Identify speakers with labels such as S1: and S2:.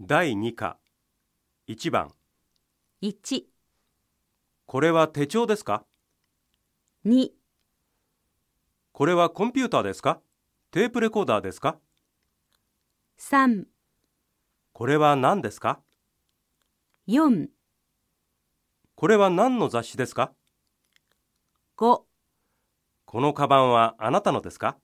S1: 第2課1番
S2: 1、
S1: これは手帳ですか
S2: 2、
S1: これはコンピューターですかテープレコーダーですか
S2: 3、
S1: これは何ですか
S2: 4、
S1: これは何の雑誌ですか
S2: 5
S1: このカバンはあなたのですか